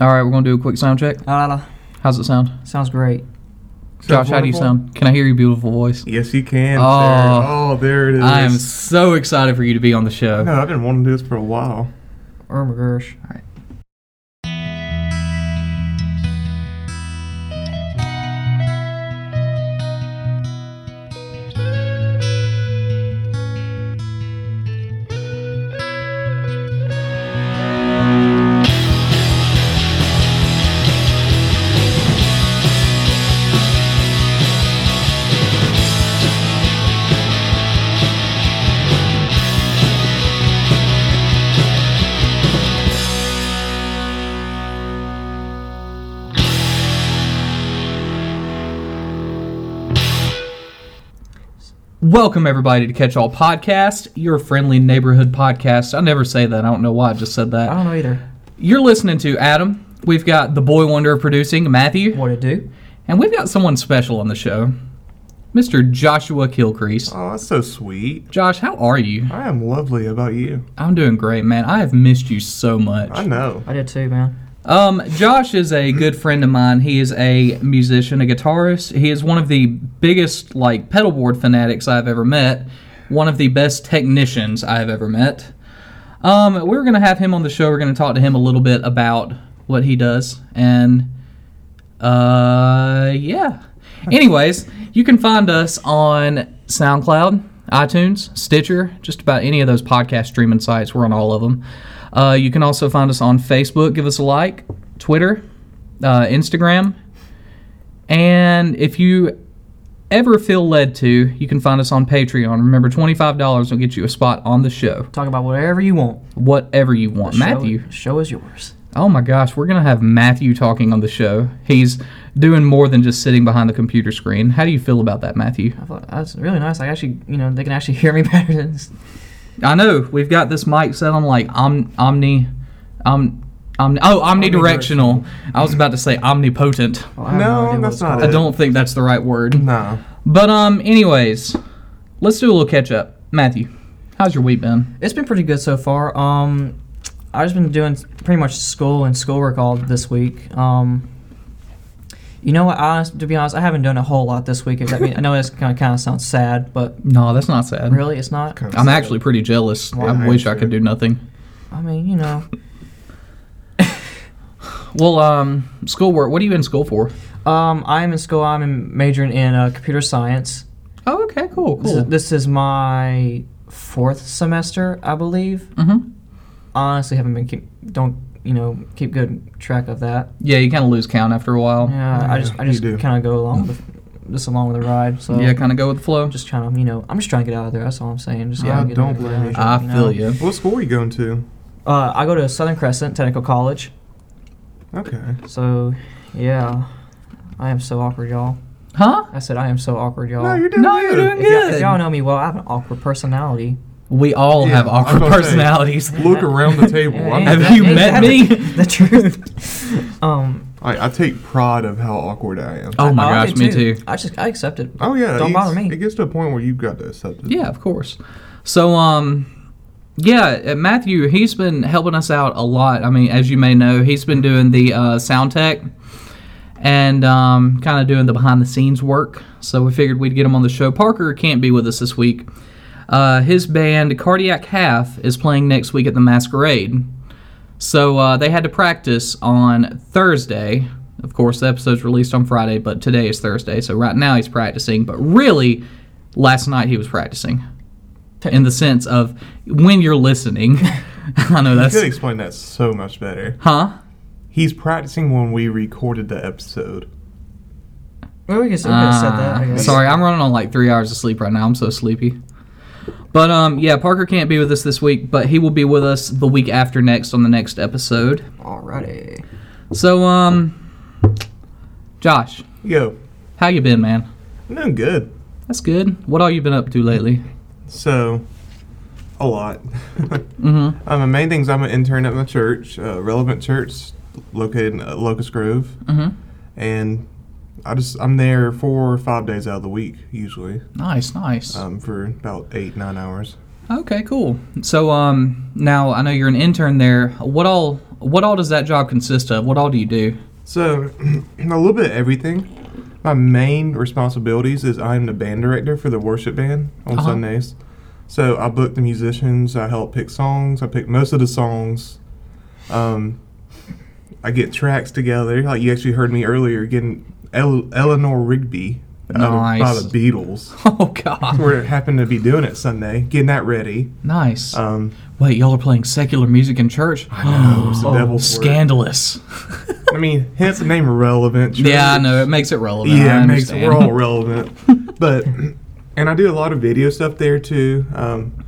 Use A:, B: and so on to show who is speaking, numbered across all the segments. A: All right, we're gonna do a quick sound check.
B: La, la, la.
A: How's it sound?
B: Sounds great.
A: Josh, how do you
C: wonderful.
A: sound? Can I hear your beautiful voice?
C: Yes, you can.
A: Oh.
C: Oh, oh there it is.
A: I am so excited for you to be on the show.
C: No, I've been wanting to do this for a while.
B: Oh my gosh.
A: Welcome everybody to Catch All Podcast, your friendly neighborhood podcast. I never say that. I don't know why I just said
B: I
A: that.
B: don't know either.
A: You're listening to Adam. We've got the boy wonder of producing, Matthew,
B: What it do?
A: and we've got someone special on the show, Mr. Joshua Kilcrease.
C: Oh, that's so sweet.
A: Josh, how are you?
C: I am lovely about you.
A: I'm doing great, man. I have missed you so much.
C: I know.
B: I did too, man.
A: Um, Josh is a good friend of mine. He is a musician, a guitarist. He is one of the biggest like pedalboard fanatics I've ever met. One of the best technicians I've ever met. Um, we were gonna have him on the show. We're gonna talk to him a little bit about what he does and uh, yeah. Anyways, you can find us on SoundCloud, iTunes, Stitcher, just about any of those podcast streaming sites. We're on all of them. Uh, you can also find us on Facebook. Give us a like, Twitter, uh, Instagram. And if you ever feel led to, you can find us on Patreon. Remember, $25 will get you a spot on the show,
B: Talk about whatever you want.
A: whatever you want.
B: Show-
A: Matthew.
B: show is yours.
A: Oh my gosh, we're going to have Matthew talking on the show. He's doing more than just sitting behind the computer screen. How do you feel about that, Matthew?
B: I thought that's really nice. Like actually, you know, they can actually hear me better than this.
A: I know we've got this mic set on like om- omni, um, omni. Oh, omnidirectional. I was about to say omnipotent.
B: Oh, I have
C: No,
B: idea what
C: that's
B: it's
C: not
B: called.
C: it.
A: I don't think that's the right word.
C: No.
A: But um, anyways, let's do a little catch up. Matthew, how's your week been?
B: It's been pretty good so far. Um, I've just been doing pretty much school and schoolwork all this week. Um, you know what? I, to be honest, I haven't done a whole lot this week. If that mean, I know that's kind of, kind of sounds sad, but
A: No, that's not sad.
B: really, it's not.
C: Kinda
A: I'm
C: sad.
A: actually pretty jealous.
C: Yeah,
A: I
C: I
A: wish I
C: am
A: could
C: too.
A: do nothing.
B: I mean, you know,
A: Well, um, schoolwork. What are you in school for?
B: um, I'm in school. I'm in, majoring in uh, computer science.
A: Oh, okay, cool,
B: This
A: cool.
B: is, this is my fourth semester, I believe.
A: mm-hmm.
B: Honestly, haven't been keep, don't you know keep good track of that.
A: Yeah, you kind of lose count after a while.
B: Yeah, I
C: Yeah,
B: just I
C: you
B: just
C: do.
B: kind of go along with just along with the ride. So
A: Yeah, kind of go with the flow.
B: just trying to, you know, I'm just trying to get out of there. That's all I'm saying. Just
C: Yeah,
B: trying to get
C: don't
B: out of
C: blame
B: there,
C: me.
A: I
B: know.
A: feel you.
C: What school are you going to?
B: Uh, I go to Southern Crescent Technical College,
C: Okay.
B: so yeah, I am so awkward, y'all.
A: Huh?
B: I said I am so awkward, y'all.
C: No, you're doing
A: Oh. No, you're
C: good.
A: doing
B: if y'all, if
A: good.
B: y'all know me well, I have an awkward personality.
A: We all
C: Yeah,
A: have
C: I was
A: awkward
C: gonna say.
A: personalities.
C: Look around the table.
B: Yeah,
C: I'm
B: ain't
A: Have
B: that-
A: you
B: ain't
A: met
B: that
A: me?
B: The, the truth. um,
C: I, I take pride of how awkward I am.
A: Oh my
B: I
A: gosh,
B: did
A: me
B: too.
A: too.
B: I just I accept it.
C: Oh yeah.
B: Don't
C: it's-
B: bother me.
C: It gets to a point where you've got to accept it.
A: Yeah, of course. So, um, yeah, uh, Matthew, he's been helping us out a lot. I mean, as you may know, he's been doing the uh, sound tech and um, kind of doing the behind the scenes work. So we figured we'd get him on the show. Parker can't be with us this week. Uh, his band Cardiac Half is playing next week at the Masquerade. So uh, they had to practice on Thursday. Of course, the episode's released on Friday, but today is Thursday, so right now he's practicing. But really, last night he was practicing. In the sense of when you're listening. I know
C: You
A: that's.
C: could explain that so much better.
A: Huh?
C: He's practicing when we recorded the episode.
B: Well, we could, we could have said that. I
A: Uh,
B: guess.
A: sorry, I'm running on like three hours of sleep right now. I'm so sleepy. But um, yeah, Parker can't be with us this week, but he will be with us the week after next on the next episode.
B: Alrighty.
A: So um, Josh,
C: Yo,
A: how you been, man?
C: I'm doing good.
A: That's good. What all you been up to lately?
C: So, a lot.
A: Mm-hmm.
C: Um, the main things I'm an intern at my church, uh, Relevant Church, located in uh, Locust Grove,
A: Mm-hmm.
C: and I just I'm there four or five days out of the week usually, Uh,
A: Nice, nice.
C: um, for about eight nine hours.
A: Okay, cool. So um, now I know you're an intern there. What all what all does that job consist of? What all do you do?
C: So, a little bit of everything. My main responsibilities is I'm the band director for the worship band on
A: Uh-huh.
C: Sundays. So I book the musicians. I help pick songs. I pick most of the songs. Um, I get tracks together. Like you actually heard me earlier getting El- Eleanor Rigby out of-
A: Nice.
C: by the Beatles.
A: Oh God,
C: Where it happened to be doing it Sunday, getting that ready.
A: nice.
C: Um,
A: Wait, y'all are playing secular music in church? I
C: know,
A: Oh,
C: it's the devil's work.
A: Scandalous.
C: I mean, hence the name relevant.
A: Yeah, I
C: Church.
A: know. It makes it relevant.
C: Yeah,
A: I
C: it makes
A: understand.
C: we're all relevant. but and I do a lot of video stuff there too. Um,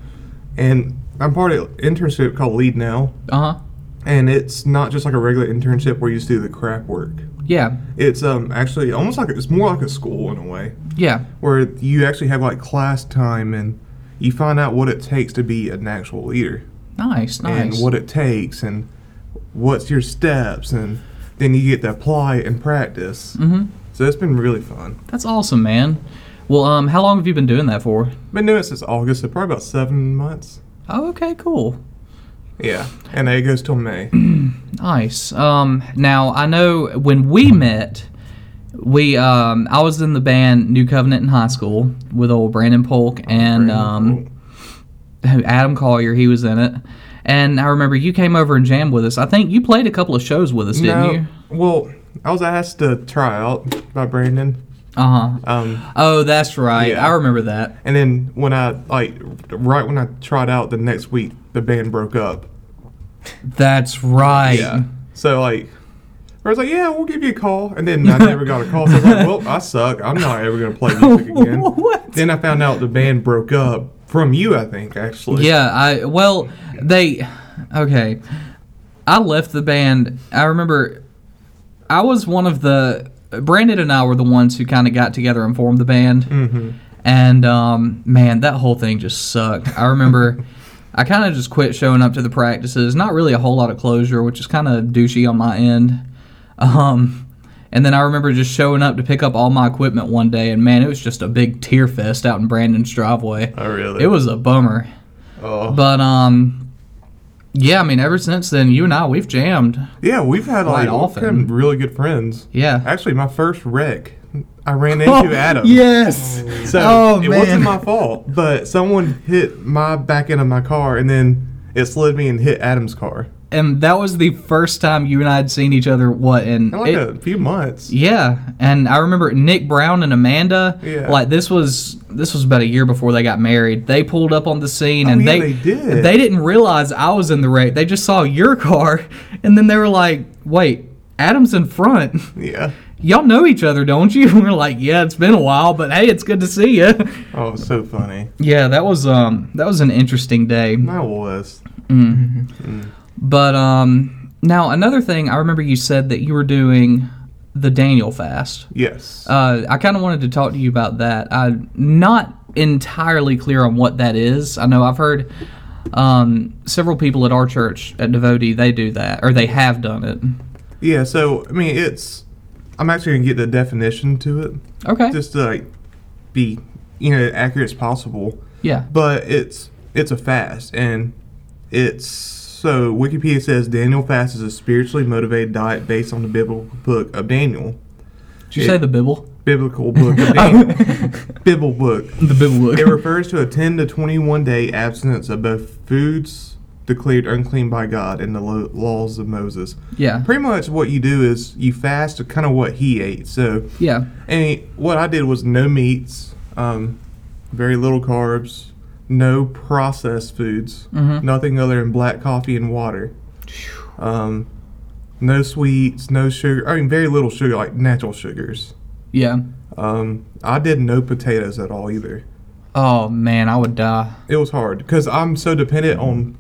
C: and I'm part of an internship called Lead Now,
A: Uh-huh.
C: and it's not just like a regular internship where you just do the crap work.
A: Yeah,
C: It's um actually almost like it's more like a school in a way,
A: yeah.
C: where you actually have like class time and you find out what it takes to be an actual leader
A: Nice, nice.
C: and what it takes and what's your steps and then you get to apply it and practice.
A: hmm
C: So it's been really fun.
A: That's awesome, man. Well, um, how long have you been doing that for?
C: Been doing it since August, so probably about seven months.
A: Oh, okay, cool.
C: Yeah, and it goes till May.
A: Nice. Um, now I know when we met, we um, I was in the band New Covenant in high school with old Brandon Polk and
C: Brandon
A: um, Adam Collier. He was in it, and I remember you came over and jammed with us. I think you played a couple of shows with us, didn't
C: No,
A: you?
C: Uh, well, I was asked to try out by Brandon,
A: Uh huh.
C: um,
A: Oh, that's right.
C: Yeah.
A: I remember that.
C: and then when I like right when I tried out, the next week the band broke up.
A: That's right.
C: So like, I was like, yeah, we'll give you a call, and then I never got a call. So I was like, well, I suck. I'm not ever gonna play music again.
A: What?
C: Then I found out the band broke up from you, I think actually.
A: Yeah, I well, they okay. I left the band. I remember I was one of the Brandon and I were the ones who kind of got together and formed the band. Mm-hmm. And um, man, that whole thing just sucked. I remember I kind of just quit showing up to the practices. Not really a whole lot of closure, which is kind of douchey on my end. Um, and then I remember just showing up to pick up all my equipment one day, and man, it was just a big tear fest out in Brandon's driveway.
C: Oh really?
A: It was a bummer.
C: Oh.
A: But um, yeah, I mean, ever since then, you and I we've jammed.
C: Yeah, we've had
A: Quite
C: like we've
A: often.
C: become really good friends.
A: Yeah.
C: Actually, my first wreck, I ran into Adam.
A: Yes.
C: So
A: Oh,
C: it
A: man.
C: wasn't my fault, but someone hit my back end of my car, and then it slid me and hit Adam's car.
A: And that was the first time you and I had seen each other. What in?
C: In like
A: it-
C: a few months.
A: yeah, and I remember Nick Brown and Amanda.
C: Yeah.
A: Like this was this was about a year before they got married. They pulled up on the scene, and
C: Oh, yeah,
A: they
C: they did.
A: They didn't realize I was in the wreck. They just saw your car, and then they were like, "Wait, Adam's in front."
C: Yeah.
A: Y'all know each other, don't you? We're like, yeah, it's been a while, but hey, it's good to see you.
C: Oh, so funny.
A: Yeah, that was um that was an interesting day.
C: I was.
A: But um now another thing I remember you said that you were doing the Daniel fast.
C: Yes.
A: Uh, I kind of wanted to talk to you about that. I'm not entirely clear on what that is. I know I've heard um, several people at our church at Devotee they do that or they have done it.
C: yeah. So I mean, it's. I'm actually gonna get the definition to it,
A: Okay.
C: just to like be you know accurate as possible.
A: yeah.
C: but it's it's a fast and it's so wikipedia says daniel fast is a spiritually motivated diet based on the biblical book of daniel
A: Did you
C: it-
A: say the Bible?
C: biblical book of daniel bible book
A: The Bible.
C: it refers to a 10 to 21 day abstinence of both foods declared unclean by god and the lo- laws of moses
A: yeah.
C: pretty much what you do is you fast to kind of what he ate so
A: Yeah.
C: and what I did was no meats, um, very little carbs, no processed foods,
A: Mhm.
C: nothing other than black coffee and water. Um, no sweets, no sugar. I mean, very little sugar, like natural sugars.
A: Yeah.
C: Um, I did no potatoes at all either.
A: Oh man, I would die.
C: It was hard because I'm so dependent on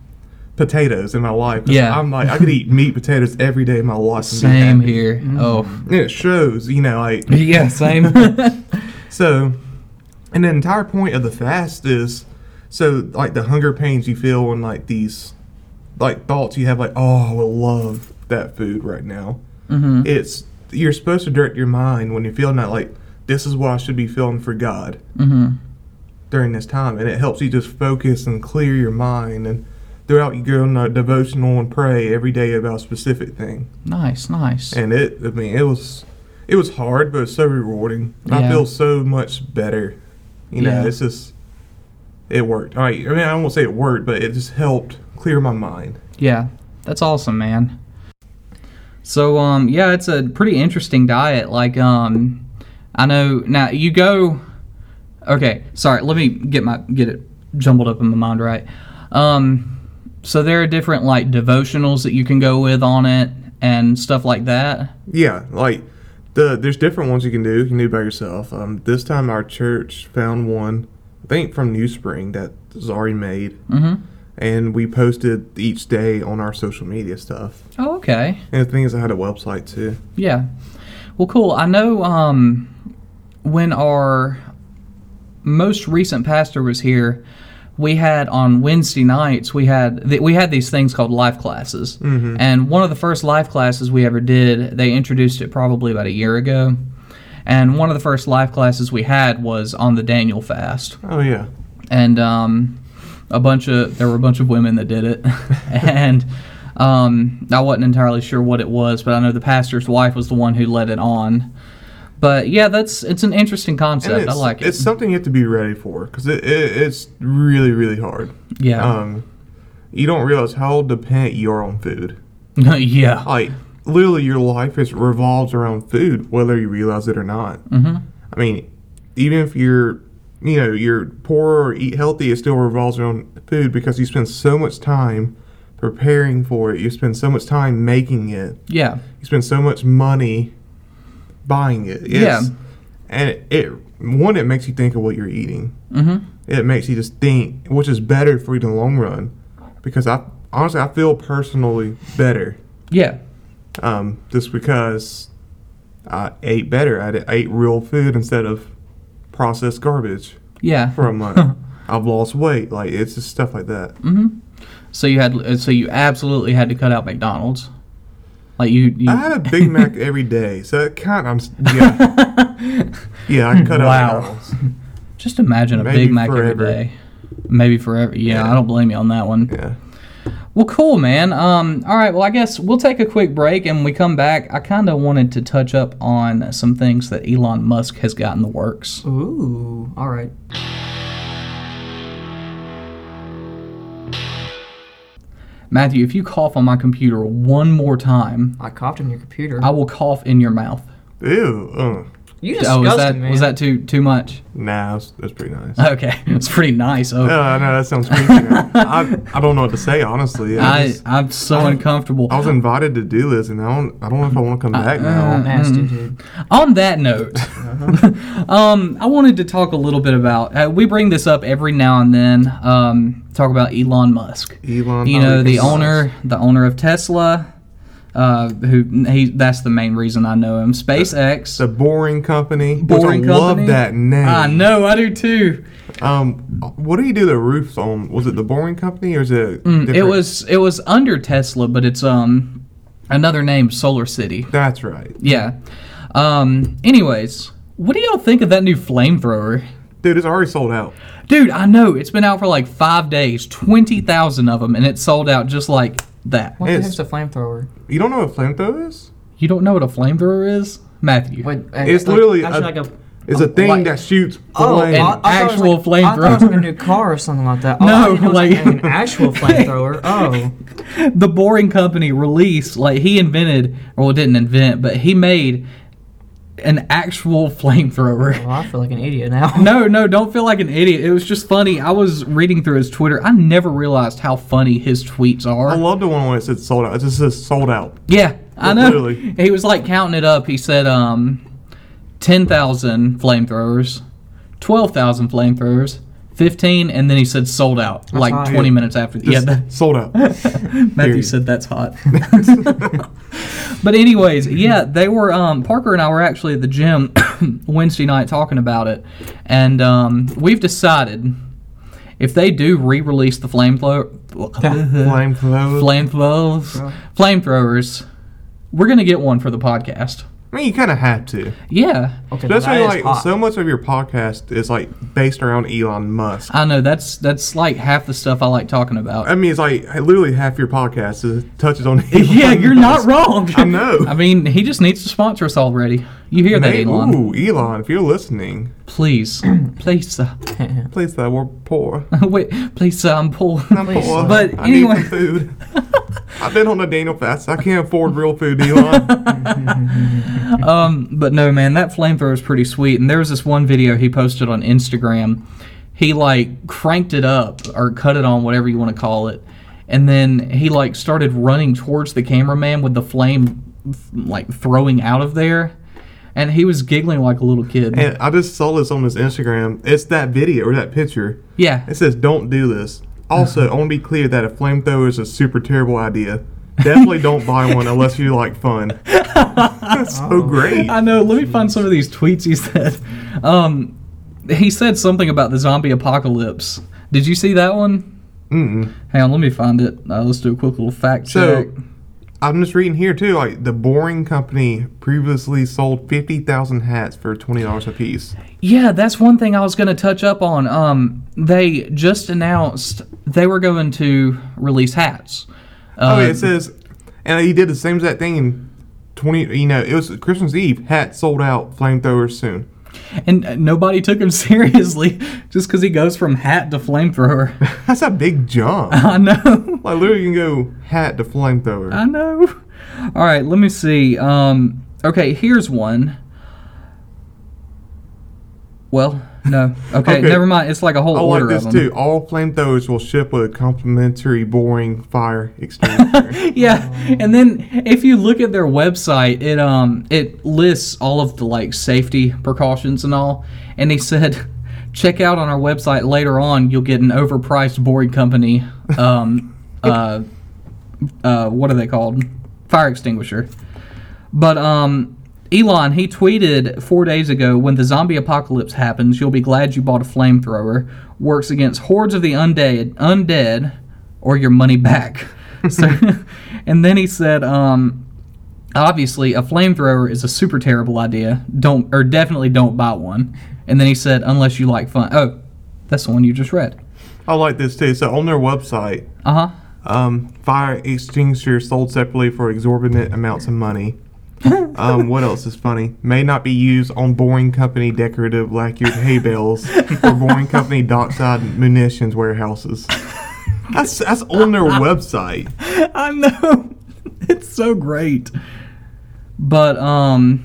C: potatoes in my life. 'Cause
A: Yeah.
C: I'm like I could eat meat potatoes every day of my life. and be
A: Same
C: happy.
A: here. Oh.
C: And it shows, you know, like
A: Yeah. Same.
C: So, and the entire point of the fast is so like the hunger pains you feel and like these like thoughts you have like oh I would love that food right now.
A: hmm
C: It's you're supposed to direct your mind when you're feeling that like this is what I should be feeling for God.
A: hmm
C: during this time, and it helps you just focus and clear your mind. And throughout, you go on a devotional and pray every day about a specific thing.
A: Nice, nice.
C: And it, I mean, it was it was hard, but it's so rewarding. I
A: Yeah.
C: feel so much better. You know,
A: Yeah.
C: it's just it worked. All right, I mean, I won't say it worked, but it just helped clear my mind.
A: Yeah, that's awesome, man. So, um, yeah, it's a pretty interesting diet. Like, um, I know now you go. Okay, sorry. Let me get my get it jumbled up in my mind right. Um, so there are different like devotionals that you can go with on it and stuff like that.
C: Yeah, like the there's different ones you can do. You can do by yourself. Um, this time our church found one, I think from New Spring that was already made,
A: Mm-hmm.
C: and we posted each day on our social media stuff.
A: Oh, okay.
C: And the thing is, I had a website too.
A: Yeah. Well, cool. I know um, when our most recent pastor was here, we had on Wednesday nights we had th- we had these things called life classes, and one of the first life classes we ever did, they introduced it probably about a year ago, and one of the first life classes we had was on the Daniel fast
C: Oh yeah,
A: and um, a bunch of there were a bunch of women that did it, and um, I wasn't entirely sure what it was, but I know the pastor's wife was the one who led it on. But yeah, that's it's an interesting
C: and
A: concept.
C: it's,
A: I like it.
C: It's something you have to be ready for because it, it, it's really really hard.
A: yeah,
C: Um, you don't realize how dependent you are on food.
A: yeah,
C: Like literally, your life is revolves around food, whether you realize it or not.
A: hmm
C: I mean, even if you're, you know, you're poor or eat healthy, it still revolves around food because you spend so much time preparing for it. You spend so much time making it.
A: yeah,
C: You spend so much money buying it.
A: Yeah.
C: And it, it one, it makes you think of what you're eating.
A: hmm
C: It makes you just think, which is better for you in the long run, because I honestly I feel personally better
A: yeah,
C: um, just because I ate better. I, d- I ate real food instead of processed garbage
A: yeah.
C: for a month. I've lost weight. Like it's just stuff like that.
A: hmm So you had so you absolutely had to cut out McDonald's, like you. you
C: I had a Big Mac every day, so it kind of I'm s- yeah yeah I cut
A: Wow.
C: out McDonald's.
A: Just imagine a
C: Maybe
A: Big Mac
C: forever.
A: every day. Maybe forever. Yeah,
C: Yeah.
A: I don't blame you on that one.
C: Yeah.
A: Well, cool, man. Um, all right. Well, I guess we'll take a quick break, and we come back. I kind of wanted to touch up on some things that Elon Musk has got in the works.
B: Ooh, all right.
A: Matthew, if you cough on my computer one more time,
B: I coughed on your computer.
A: I will cough in your mouth.
C: Ew. Ugh.
B: you
A: Oh,
B: disgusting
A: was that
B: man.
A: was that too too much?
C: Nah, that's, that's pretty nice.
A: Okay, it's pretty nice. Oh,
C: Yeah, I know that sounds creepy. now. I, I don't know what to say honestly. I,
A: I
C: just-
A: I'm so uncomfortable.
C: I was invited to do this, and I don't I don't know if I want to
A: Uh,
C: come back now.
B: nasty dude?
A: On that note, um, I wanted to talk a little bit about. Uh, we bring this up every now and then. Um, talk about Elon Musk.
C: Elon, oh,
A: you know
C: Musk.
A: the owner the owner of tesla uh, who he that's the main reason i know him spacex
C: It's a boring company.
A: boring
C: which I
A: company.
C: Love that name.
A: i know i do too
C: Um, what do you do the roofs on? Was it the Boring Company or is it?
A: Mm, it
C: different?
A: was it was under tesla but it's um another name solar city
C: That's right,
A: yeah um anyways what do y'all think of that new flamethrower
C: dude. It's already sold out.
A: dude i know it's been out for like five days 20000 of them and it sold out just like that
B: What
C: It's-
B: the heck's a flamethrower?
C: You don't know what flamethrower is?
A: you don't know what a flamethrower is matthew
B: Wait,
C: It's literally a, it's
A: Uh,
C: a thing
B: light-
C: that shoots
B: Oh,
C: flame.
A: an
B: I- I thought it was
A: actual
B: like- I thought it was like a
A: flamethrower.
B: new car or something like that. Oh,
A: No,
B: I didn't know it was
A: like-
B: an actual flamethrower. Oh,
A: the Boring Company released, like he invented, or well, didn't invent, but he made an actual flamethrower.
B: well, I feel like an idiot now.
A: No, no, don't feel like an idiot. It was just funny. I was reading through his Twitter. I never realized how funny his tweets
C: I
A: are.
C: love the one where it said sold out. It just says sold out.
A: Yeah, I know.
C: Literally.
A: He was like counting it up. He said, um, 10,000 flamethrowers, 12,000 flamethrowers, 15, and then he said sold out like
B: hot.
A: 20 minutes after.
C: Just
A: yeah, that,
C: sold out.
A: Matthew
C: Period.
A: said that's hot. but anyways, yeah, they were um, Parker and I were actually at the gym Wednesday night talking about it, and um, we've decided if they do re-release the flamethrower,
C: Flamethrower.
A: flamethrowers, flamethrowers, we're gonna get one for the podcast.
C: I mean, you kind of have to.
A: Yeah.
B: Okay,
C: That's
B: that
C: why,
B: is
C: like,
B: hot.
C: so much of your podcast is like based around Elon Musk.
A: I know that's that's like half the stuff I like talking about.
C: I mean, it's like literally half your podcast is, touches on Elon.
A: yeah, you're not wrong.
C: I know.
A: I mean, he just needs to sponsor us already. You hear that,
C: Hey,
A: Elon?
C: Ooh, Elon, if you're listening,
A: Please, please, sir.
C: please that we're poor.
A: wait, please, sir, I'm poor.
C: I'm
B: Please,
C: poor.
B: sir.
A: But
C: I
A: anyway.
C: need some food. I've been on a Daniel fast. I can't afford real food, Elon.
A: um, but no, man, that flamethrower is pretty sweet. And there was this one video he posted on Instagram. He like cranked it up or cut it on, whatever you want to call it, and then he like started running towards the cameraman with the flame f- like throwing out of there, and he was giggling like a little kid.
C: and I just saw this on his Instagram. It's that video or that picture.
A: yeah,
C: It says, "Don't do this." Also, I want to be clear that a flamethrower is a super terrible idea. Definitely don't buy one unless you like fun. That's so great.
A: I know. Let me find some of these tweets he said. Um, he said something about the zombie apocalypse. Did you see that one?
C: Mm-mm.
A: Hang on, let me find it. Uh, let's do a quick little fact
C: So-
A: check.
C: I'm just reading here too. Like the Boring Company previously sold fifty thousand hats for twenty dollars a piece.
A: Yeah, that's one thing I was going to touch up on. Um, they just announced they were going to release hats. Uh,
C: Oh, it says, and he did the same exact thing. in Twenty, you know, it was Christmas Eve. Hat sold out. Flamethrowers soon.
A: and uh, nobody took him seriously just because he goes from hat to flamethrower.
C: That's a big jump.
A: I know.
C: like literally, you can go hat to flamethrower.
A: I know. All right, let me see. Um, okay, here's one. Well, no. Okay,
C: Okay.
A: never mind. It's like a whole
C: I
A: order
C: like this
A: of them.
C: too. All flamethrowers will ship with a complimentary boring fire extinguisher.
A: Yeah, and then if you look at their website, it um it lists all of the like safety precautions and all, and they said, check out on our website later on. You'll get an overpriced boring company. Um, uh, uh, what are they called? Fire extinguisher. But um, Elon he tweeted four days ago, when the zombie apocalypse happens, you'll be glad you bought a flamethrower. Works against hordes of the undead, undead, or your money back. so, and then he said, um, obviously a flamethrower is a super terrible idea. Don't or definitely don't buy one. And then he said, unless you like fun. Oh, that's the one you just read.
C: I like this too. So on their website,
A: Uh huh.
C: um, fire extinguisher sold separately for exorbitant amounts of money. um, what else is funny? May not be used on Boring Company decorative lacquered hay bales or Boring Company dockside munitions warehouses. That's that's on their website.
A: I know. It's so great. But um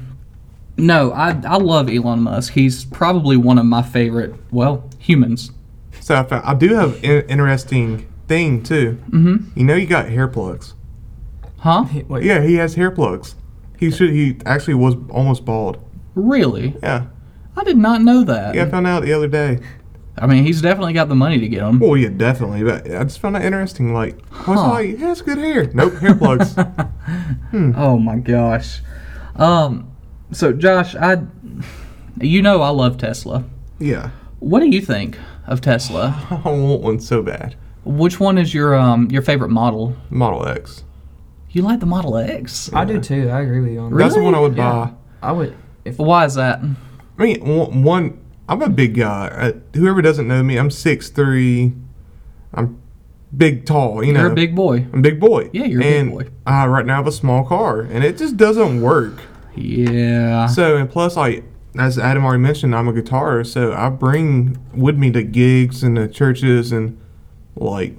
A: no, I I love Elon Musk. He's probably one of my favorite, well, humans.
C: So I, found, I do have an interesting thing too. Mm-hmm. You know, you got hair plugs.
A: Huh?
B: Wait,
C: Yeah, he has hair plugs. He should. He actually was almost bald.
A: Really?
C: Yeah.
A: I did not know that.
C: Yeah, I found out the other day.
A: I mean, he's definitely got the money to get them.
C: Well, yeah, definitely. But I just found that interesting. Like, I was
A: Huh.
C: like, yeah, that's good hair. Nope, hair plugs.
A: Oh my gosh. Um so Josh, I you know I love Tesla.
C: yeah,
A: What do you think of Tesla?
C: I want one so bad.
A: Which one is your um your favorite model?
C: Model X.
A: You like the Model X?
B: I do too. I agree with you on that.
C: That's the one I would
B: Yeah.
C: buy.
B: I would if
A: Why is that?
C: I mean, one. one I'm a big guy. Uh, whoever doesn't know me, I'm six three. I'm big, tall. You know,
A: You're a big boy.
C: I'm a big boy.
A: Yeah, you're a big
C: and
A: boy.
C: I right now have a small car, and it just doesn't work.
A: Yeah.
C: So and plus, like as Adam already mentioned, I'm a guitarist, so I bring with me to gigs and the churches and like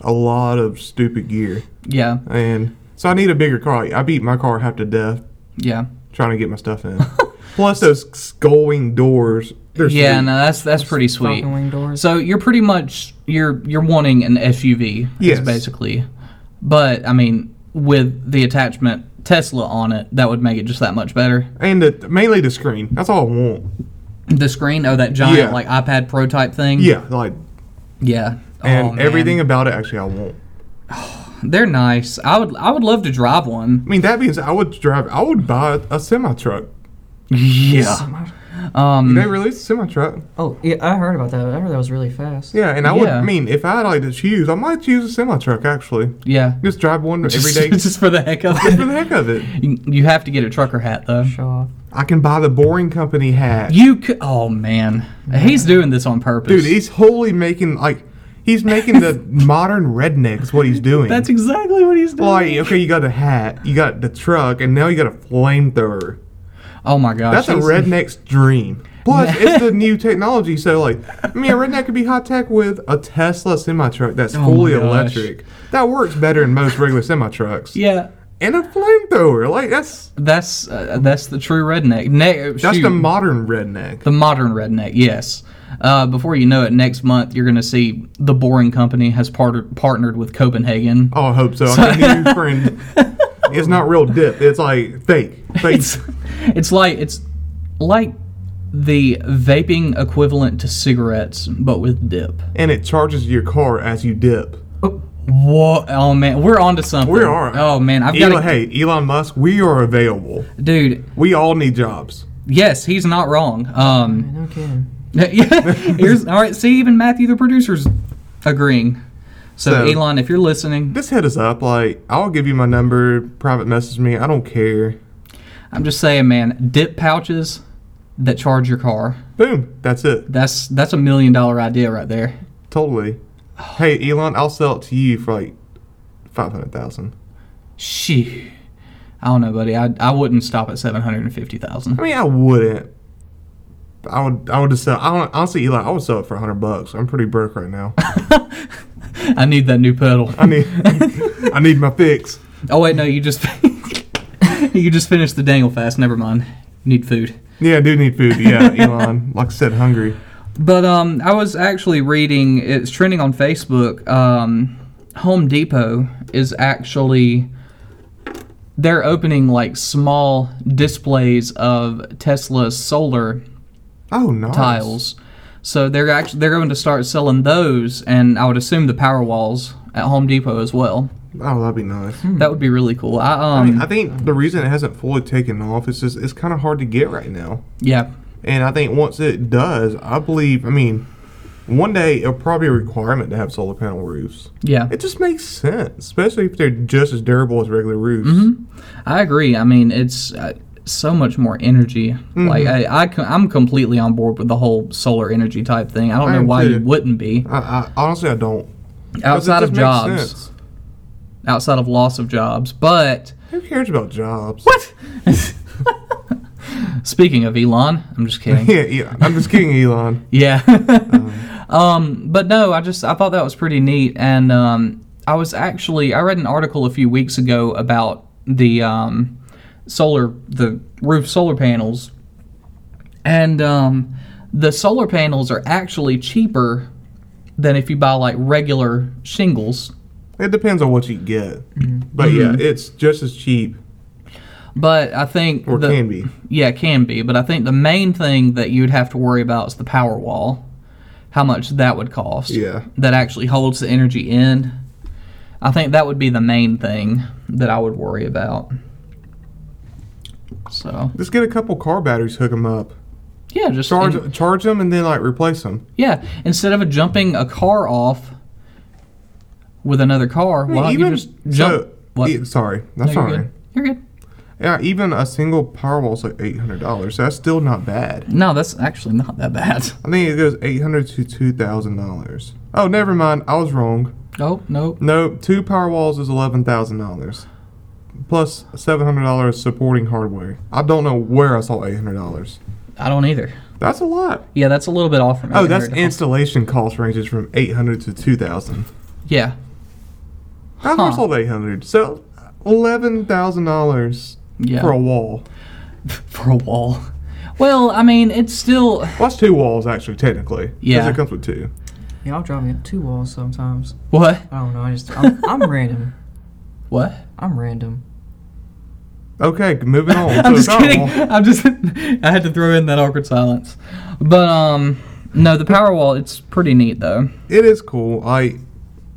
C: a lot of stupid gear.
A: Yeah.
C: And so I need a bigger car. Like, I beat my car half to death
A: Yeah.
C: trying to get my stuff in. plus those sculling doors. They're
A: yeah,
C: sweet.
A: no, that's that's pretty sweet.
B: Falcon wing doors.
A: So you're pretty much you're you're wanting an SUV, is
C: Yes.
A: basically. But I mean, with the attachment Tesla on it, that would make it just that much better.
C: And the, mainly the screen. That's all I want.
A: The screen, oh, that giant
C: Yeah.
A: like iPad Pro type thing.
C: Yeah, like
A: Yeah. Oh,
C: and
A: man.
C: everything about it actually I want.
A: They're nice. I would I would love to drive one.
C: I mean that means I would drive I would buy a semi truck.
A: Yeah. Um,
C: They released semi truck.
B: Oh, yeah, I heard about that. I heard that was really fast.
C: Yeah, and I would
A: Yeah.
C: I mean if I had like to choose, I might choose a semi truck actually.
A: yeah.
C: Just drive one every
A: Just-
C: day just
A: just for the heck of
C: for
A: it.
C: the heck of it.
A: You, you have to get a trucker hat though.
B: Shaw.
C: I can buy the boring company hat.
A: You could. Oh man, he's doing this on purpose.
C: Dude, he's wholly making like he's making the modern redneck is what he's doing.
A: That's exactly what he's doing.
C: like okay, you got the hat, you got the truck, and now you got a flamethrower.
A: oh my gosh,
C: That's a
A: he's-
C: redneck's dream. Plus, it's the new technology. So, like, I mean, a redneck could be high tech with a Tesla semi truck that's
A: Oh my
C: fully
A: gosh.
C: electric. That works better than most regular semi trucks.
A: Yeah,
C: And a flamethrower. Like, that's
A: that's uh, that's the true redneck. Ne-
C: that's
A: shoot,
C: the modern redneck.
A: the modern redneck. Yes. Uh, before you know it, next month you're going to see the Boring Company has par- partnered with Copenhagen.
C: Oh, I hope so. I can new friend. It's not real dip. It's like fake. Fake.
A: It's it's like it's like the vaping equivalent to cigarettes, but with dip.
C: and it charges your car as you dip.
A: What? Oh man, we're onto something.
C: We are.
A: Oh man, I've
C: Elon,
A: got to.
C: hey, Elon Musk, we are available.
A: Dude,
C: We all need jobs.
A: yes, he's not wrong. Um,
B: No kidding.
A: yeah. Here's, all right. See, even Matthew, the producer's agreeing. So,
C: So-
A: Elon, if you're listening,
C: Just hit us up. Like, I'll give you my number. Private message me. I don't care.
A: I'm just saying, man, dip pouches that charge your car.
C: Boom. That's it.
A: That's that's a million dollar idea right there.
C: Totally.
A: Oh.
C: Hey, Elon, I'll sell it to you for like five hundred thousand.
A: Shee. I don't know, buddy. I, I wouldn't stop at seven hundred and fifty thousand.
C: I mean, I wouldn't. I would. I would just sell. I don't, honestly, Elon, I would sell it for hundred bucks. I'm pretty broke right now.
A: I need that new pedal.
C: I need. I need my fix.
A: Oh wait, no, you just you just finished the dangle fast. Never mind. Need food.
C: Yeah, I do need food. Yeah, Elon. Like I said, hungry.
A: But um, I was actually reading. It's trending on Facebook. Um, Home Depot is actually they're opening like small displays of Tesla solar
C: Oh, nice.
A: tiles. So they're actually they're going to start selling those, and I would assume the power walls at Home Depot as well.
C: Oh, that'd be nice.
A: That would be really cool. I um
C: I mean, I think the reason it hasn't fully taken off is just it's kind of hard to get right now.
A: yeah
C: And I think once it does, I believe, I mean, one day it'll probably be a requirement to have solar panel roofs.
A: yeah
C: It just makes sense, especially if they're just as durable as regular roofs.
A: I agree. I mean, it's uh, so much more energy.
C: Mm-hmm.
A: Like I, I, co- I'm completely on board with the whole solar energy type thing. I don't
C: I
A: know
C: am
A: why
C: too.
A: you wouldn't be
C: I, I, honestly, I don't. 'Cause it
A: outside of
C: just makes
A: jobs,
C: sense.
A: outside of loss of jobs. But
C: Who cares about jobs? What?
A: speaking of Elon, I'm just kidding.
C: Yeah, yeah. I'm just kidding, Elon.
A: yeah. um, but no, I just I thought that was pretty neat, and um, I was actually I read an article a few weeks ago about the um, solar the roof solar panels and um, the solar panels are actually cheaper than if you buy like regular shingles.
C: It depends on what you get. But yeah,
A: Mm-hmm.
C: it's just as cheap
A: But I think
C: or
A: the,
C: can be.
A: yeah can be. But I think the main thing that you'd have to worry about is the power wall, how much that would cost.
C: Yeah.
A: that actually holds the energy in. I think that would be the main thing that I would worry about. So
C: Just get a couple car batteries, hook them up,
A: yeah, just
C: charge
A: and-
C: charge them, and then like replace them.
A: Yeah, instead of jumping a car off with another car,
C: I mean,
A: why don't you
C: even
A: just jump?
C: so-
A: what?
C: yeah, sorry, that's
A: No,
C: all
A: you're
C: right.
A: good. You're good.
C: Yeah, even a single Powerball is like eight hundred dollars. So that's still not bad.
A: No, that's actually not that bad.
C: I think it goes eight hundred to two thousand dollars. Oh, never mind. I was wrong.
A: Nope, nope.
C: No, two Powerwalls is eleven thousand dollars, plus seven hundred dollars supporting hardware. I don't know where I saw eight hundred dollars.
A: I don't either.
C: That's a lot.
A: Yeah, that's a little bit off from.
C: Oh, that's
A: $800.
C: installation cost ranges from eight hundred to two thousand.
A: yeah.
C: I
A: Huh.
C: huh. sold eight hundred, so eleven thousand dollars
A: Yeah.
C: for a wall.
A: For a wall. Well, I mean, it's still.
C: Well, that's two walls actually, technically. 'cause
A: Yeah.
C: it comes with two.
B: Yeah, I'll drive me up two walls sometimes.
A: What?
B: I don't know. I just I'm, I'm random.
A: What?
B: I'm random.
C: Okay, moving on.
A: I'm
C: So
A: just
C: Powerwall.
A: kidding. I'm just. I had to throw in that awkward silence. But um, no, the power wall. It's pretty neat though.
C: It is cool. I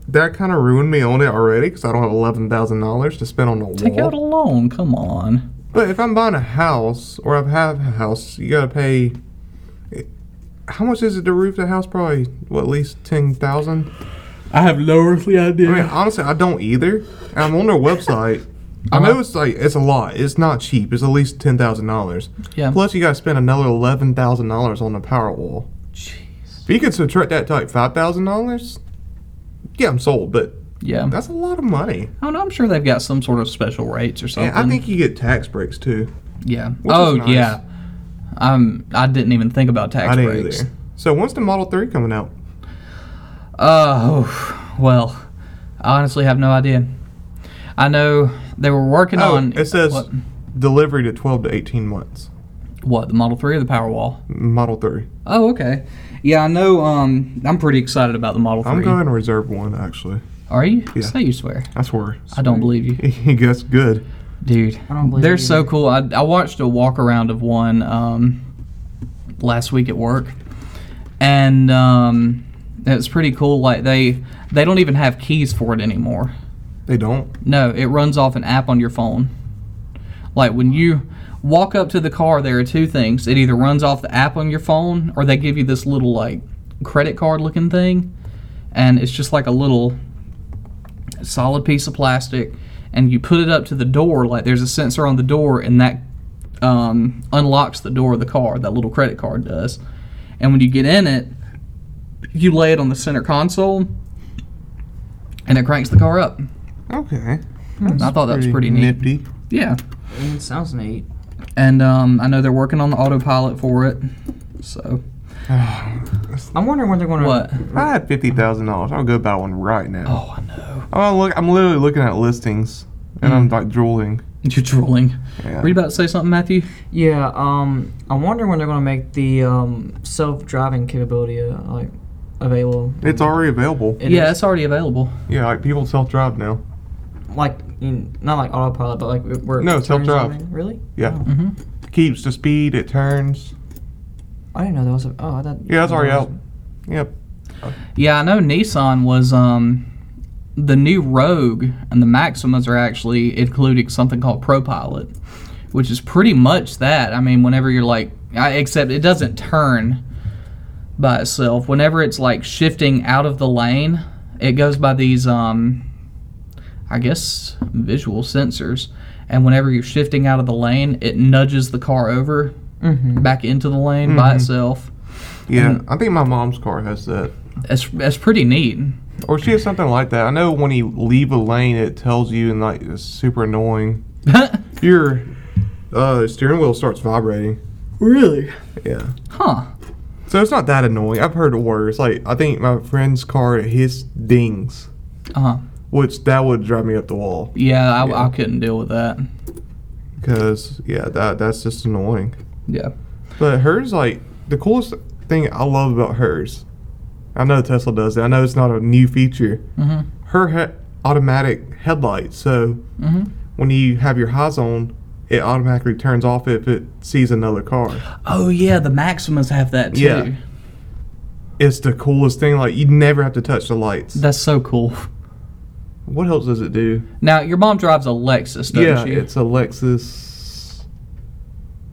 C: that kind of ruined me on it already because I don't have eleven thousand dollars to spend on a
A: Take
C: wall.
A: out a loan. Come on.
C: but if I'm buying a house or I have a house, you gotta pay how much is it to roof the house? Probably what, at least ten thousand.
D: I have no earthly idea.
C: I mean, honestly, I don't either. And I'm on their website. I know it's like it's a lot. It's not cheap. It's at least ten thousand dollars.
A: Yeah.
C: Plus, you got to spend another eleven thousand dollars on the power wall.
A: Jeez.
C: If you could subtract that to like five thousand dollars, yeah, I'm sold. But
A: Yeah.
C: that's a lot of money.
A: I don't know. I'm sure they've got some sort of special rates or something.
C: And I think you get tax breaks too.
A: Yeah.
C: is
A: Oh
C: nice.
A: yeah. Um, I didn't even think about tax
C: I didn't
A: breaks.
C: either. So when's the Model Three coming out?
A: Oh, well, I honestly have no idea. I know they were working
C: Oh,
A: on.
C: it says
A: what,
C: delivery to twelve to eighteen months.
A: what, the Model Three or the Powerwall?
C: Model Three.
A: Oh, okay. Yeah, I know. Um, I'm pretty excited about the Model 3
C: I'm going to reserve one actually.
A: Are you?
C: Yeah.
A: Say you swear.
C: I swear.
A: I don't believe you,
C: That's good.
A: dude.
B: I don't believe
A: They're
B: you
A: so
B: either.
A: cool. I, I watched a walk around of one um, last week at work, and um, it was pretty cool. Like they they don't even have keys for it anymore.
C: They don't.
A: No, it runs off an app on your phone. Like when you walk up to the car, there are two things. It either runs off the app on your phone, or they give you this little like credit card looking thing, and it's just like a little solid piece of plastic, and you put it up to the door. Like there's a sensor on the door, and that um, unlocks the door of the car. That little credit card does, and when you get in it, you lay it on the center console, and it cranks the car up.
C: Okay.
A: I thought that was pretty neat.
C: Nifty.
A: Yeah.
B: It sounds neat.
A: And um, I know they're working on the autopilot for it. So
B: I'm wondering when they're going to.
A: what?
C: If I had fifty thousand dollars, I'll go buy one right now.
A: Oh, I know.
C: I'm look. I'm literally looking at listings, and I'm like drooling.
A: You're drooling.
C: Yeah.
A: Were you Mm. about to say something, Matthew?
B: Yeah. Um. I'm wondering when they're going to make the um self-driving capability uh, like available.
C: It's already available.
B: It
A: yeah,
B: is-
A: it's already available.
C: Yeah, like people self drive now.
B: like in, not like autopilot, but like where it
C: No,
B: turns on
C: self-drive.
B: in. Really?
C: Yeah.
B: Oh.
C: Keeps the speed. It turns.
B: I didn't know that was. A, oh, I thought.
C: Yeah, that's already
B: that
C: out.
B: was-
C: Yep.
A: Yeah, I know Nissan was um, the new Rogue and the Maximas are actually including something called ProPilot, which is pretty much that. I mean, whenever you're like, I, except it doesn't turn by itself. Whenever it's like shifting out of the lane, it goes by these, um, I guess, visual sensors. And whenever you're shifting out of the lane, it nudges the car over back into the lane by itself.
C: Yeah. I think my mom's car has that,
A: That's that's pretty neat.
C: or she has something like that. I know when you leave a lane, it tells you, and like it's super annoying. Your uh, steering wheel starts vibrating.
A: really?
C: Yeah.
A: Huh.
C: So it's not that annoying. I've heard worse. Like I think my friend's car his dings,
A: Uh huh.
C: which that would drive me up the wall.
A: Yeah, I,
C: Yeah.
A: I couldn't deal with that.
C: Because yeah, that that's just annoying.
A: Yeah.
C: But hers like the coolest thing I love about hers. I know Tesla does it. I know it's not a new feature.
A: Mhm.
C: Her he- automatic headlights. So
A: Mhm.
C: when you have your highs on, it automatically turns off if it sees another car.
A: Oh yeah, the Maximas have that too.
C: Yeah. It's the coolest thing. Like you never have to touch the lights.
A: That's so cool.
C: what else does it do?
A: Now your mom drives a Lexus, doesn't
C: yeah,
A: she?
C: it's a Lexus.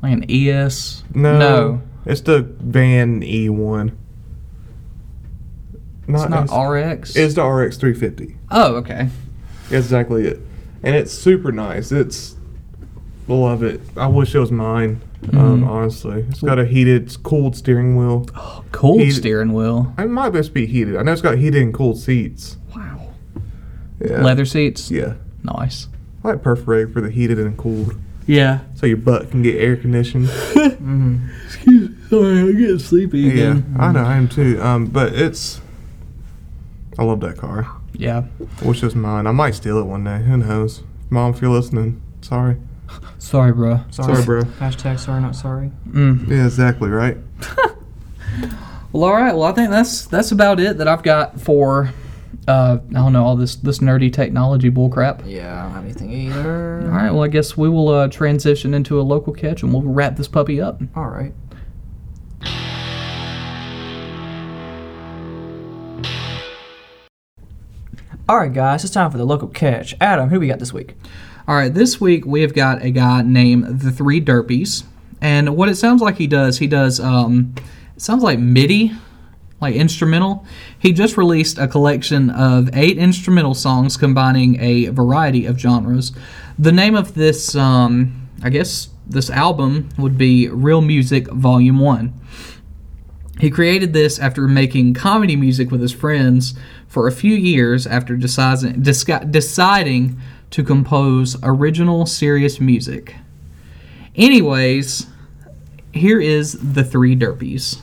A: like an E ES.
C: No,
A: No.
C: it's the van E one. Oh,
A: It's not RX.
C: It's the RX three fifty.
A: oh okay.
C: Exactly it, and it's super nice. It's love it. I wish it was mine.
A: Mm-hmm.
C: Um, honestly, it's got a heated, cooled steering wheel.
A: Cool
C: He's-
A: steering wheel.
C: It might best be heated. I know it's got heated and cooled seats.
A: Wow.
C: Yeah.
A: Leather seats.
C: Yeah.
A: Nice.
C: I like perforated for the heated and cooled,
A: Yeah.
C: so your butt can get air conditioned.
A: Excuse. Sorry, I'm getting Oh, sleepy
C: Yeah, I know I am too. Um, but it's, I love that car.
A: Yeah.
C: Wish it was mine. I might steal it one day. Who knows? Mom, if you're listening, sorry.
A: Sorry, bro.
B: Sorry,
C: Sorry, bro.
B: Hashtag sorry, not sorry.
C: Yeah, exactly, right?
A: Well, all right. Well, I think that's that's about it that I've got for. Uh, I don't know all this this nerdy technology bullcrap.
B: Yeah, I don't have anything either.
A: All right, well, I guess we will uh, transition into a local catch and we'll wrap this puppy up.
B: All right. All right, guys, it's time for the local catch. Adam, who we got this week?
A: All right, this week we have got a guy named The Three Derpies. And what it sounds like he does, he does um, it sounds like MIDI, like instrumental. He just released a collection of eight instrumental songs combining a variety of genres. The name of this, um, I guess, this album would be Real Music Volume 1. He created this after making comedy music with his friends for a few years after deciding, disca- deciding to compose original serious music. Anyways, here is The Three Derpies.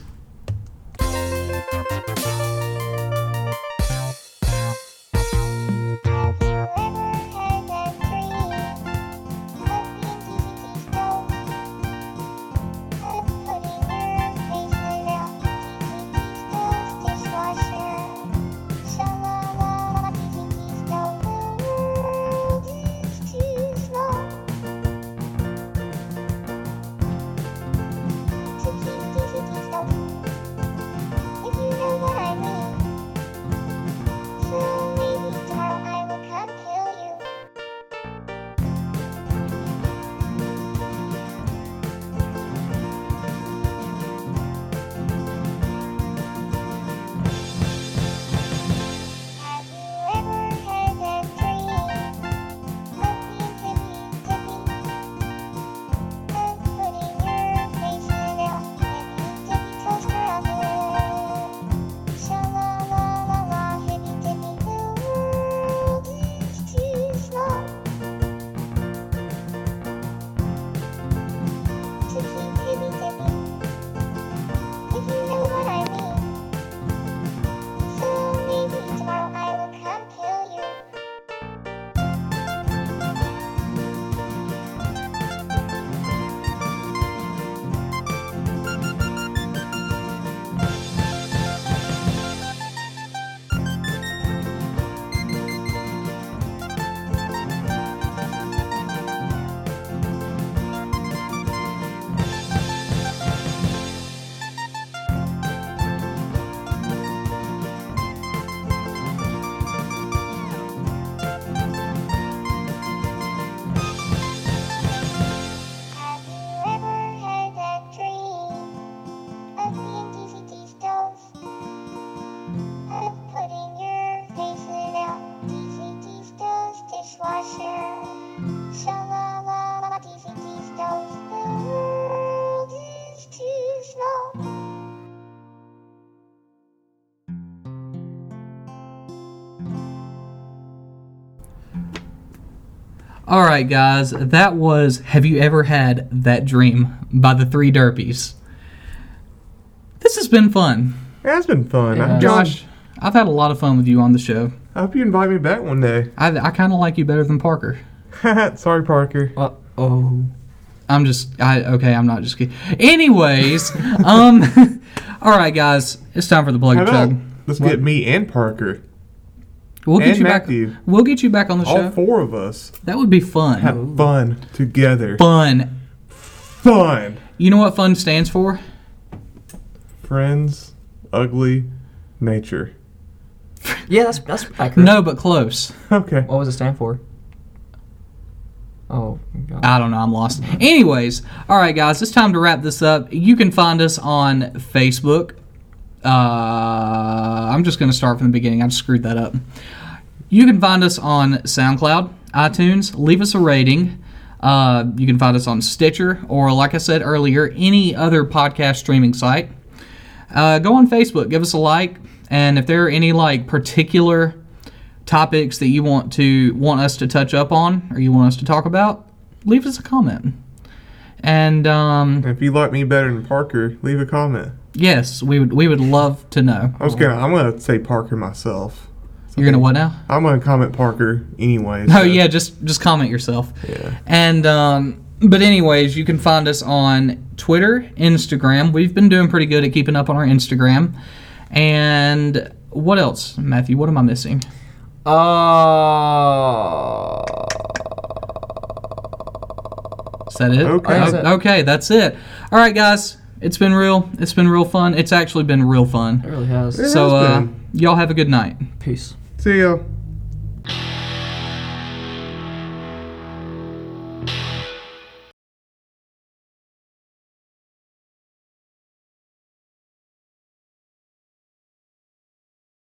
E: Thank you Have you ever had a dream of being tippy tippy and putting your face in it out and you tippy toes forever? Sha la la la la, hippy tippy, the world is too small to keep tippy tippy. If you know what I mean. So maybe tomorrow I will come kill you. Have you ever had a dream of being DCT stones? Of putting your face in out DCT stones dishwasher. Sha la la la DCT stones. The world is too small.
A: All right, guys, that was Have You Ever Had That Dream by the Three Derpies. This has been fun.
C: Yeah, it's been fun. I,
B: Yeah.
A: Josh, I've had a lot of fun with you on the show.
C: I hope you invite me back one day.
A: I, I kind of like you better than Parker.
C: Sorry, Parker.
B: Uh oh.
A: I'm just I okay, I'm not just kidding. Anyways, um all right guys, it's time for the plug
C: How
A: and
C: about
A: chug.
C: let's
A: What?
C: get me and Parker,
A: We'll get
C: and
A: you
C: Matthew.
A: back we'll get you back on the
C: all
A: show.
C: four of us,
A: That would be fun.
C: have fun together.
A: Fun.
C: Fun.
A: You know what fun stands for?
C: Friends, ugly, nature.
B: Yeah, that's that's accurate.
A: No, but close.
C: Okay.
B: What was it stand for? Oh God.
A: I don't know. I'm lost. Anyways, all right, guys, it's time to wrap this up. You can find us on Facebook. Uh, I'm just going to start from the beginning. I just screwed that up. You can find us on SoundCloud, iTunes. Leave us a rating. Uh, you can find us on Stitcher or, like I said earlier, any other podcast streaming site. Uh, go on Facebook, give us a like, and if there are any like particular topics that you want to want us to touch up on or you want us to talk about, leave us a comment. And um,
C: If you like me better than Parker, leave a comment.
A: yes, we would we would love to know.
C: I was gonna. I'm gonna say Parker myself.
A: You're gonna what now?
C: I'm gonna comment Parker anyway.
A: Oh
C: so-
A: yeah, just just comment yourself.
C: Yeah.
A: And um, but anyways, you can find us on Twitter, Instagram. We've been doing pretty good at keeping up on our Instagram. And what else, Matthew? What am I missing?
B: Uh.
A: Is that it?
C: Okay.
A: Oh,
B: That's it.
A: okay, that's it. All right, guys. It's been real. It's been real fun. It's actually been real fun.
B: It really has.
C: It
A: So
C: has
A: uh,
C: been.
A: y'all have a good night.
B: Peace.
C: See ya.